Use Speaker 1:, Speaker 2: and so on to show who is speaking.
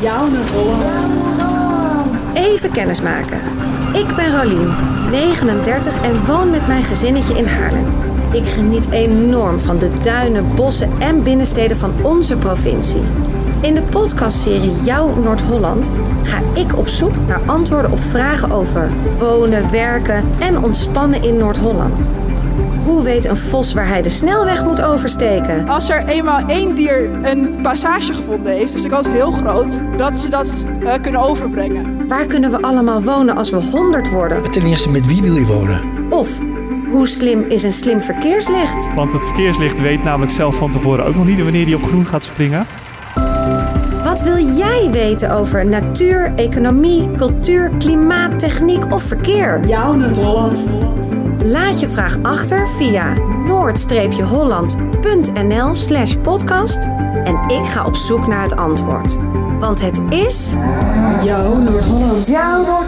Speaker 1: Jouw Noord-Holland.
Speaker 2: Even kennismaken. Ik ben Rolien, 39 en woon met mijn gezinnetje in Haarlem. Ik geniet enorm van de duinen, bossen en binnensteden van onze provincie. In de podcastserie Jouw Noord-Holland ga ik op zoek naar antwoorden op vragen over wonen, werken en ontspannen in Noord-Holland. Hoe weet een vos waar hij de snelweg moet oversteken?
Speaker 3: Als er eenmaal één dier een passage gevonden heeft, is de kans heel groot dat ze dat eh, kunnen overbrengen.
Speaker 2: Waar kunnen we allemaal wonen als we 100 worden?
Speaker 4: Ten eerste, met wie wil je wonen?
Speaker 2: Of hoe slim is een slim verkeerslicht?
Speaker 5: Want het verkeerslicht weet namelijk zelf van tevoren ook nog niet wanneer hij op groen gaat springen.
Speaker 2: Wat wil jij weten over natuur, economie, cultuur, klimaat, techniek of verkeer?
Speaker 1: Jouw Noord-Holland.
Speaker 2: Laat je vraag achter via noord-holland.nl slash podcast en ik ga op zoek naar het antwoord. Want het is
Speaker 1: Jouw Noord-Holland.
Speaker 6: Jouw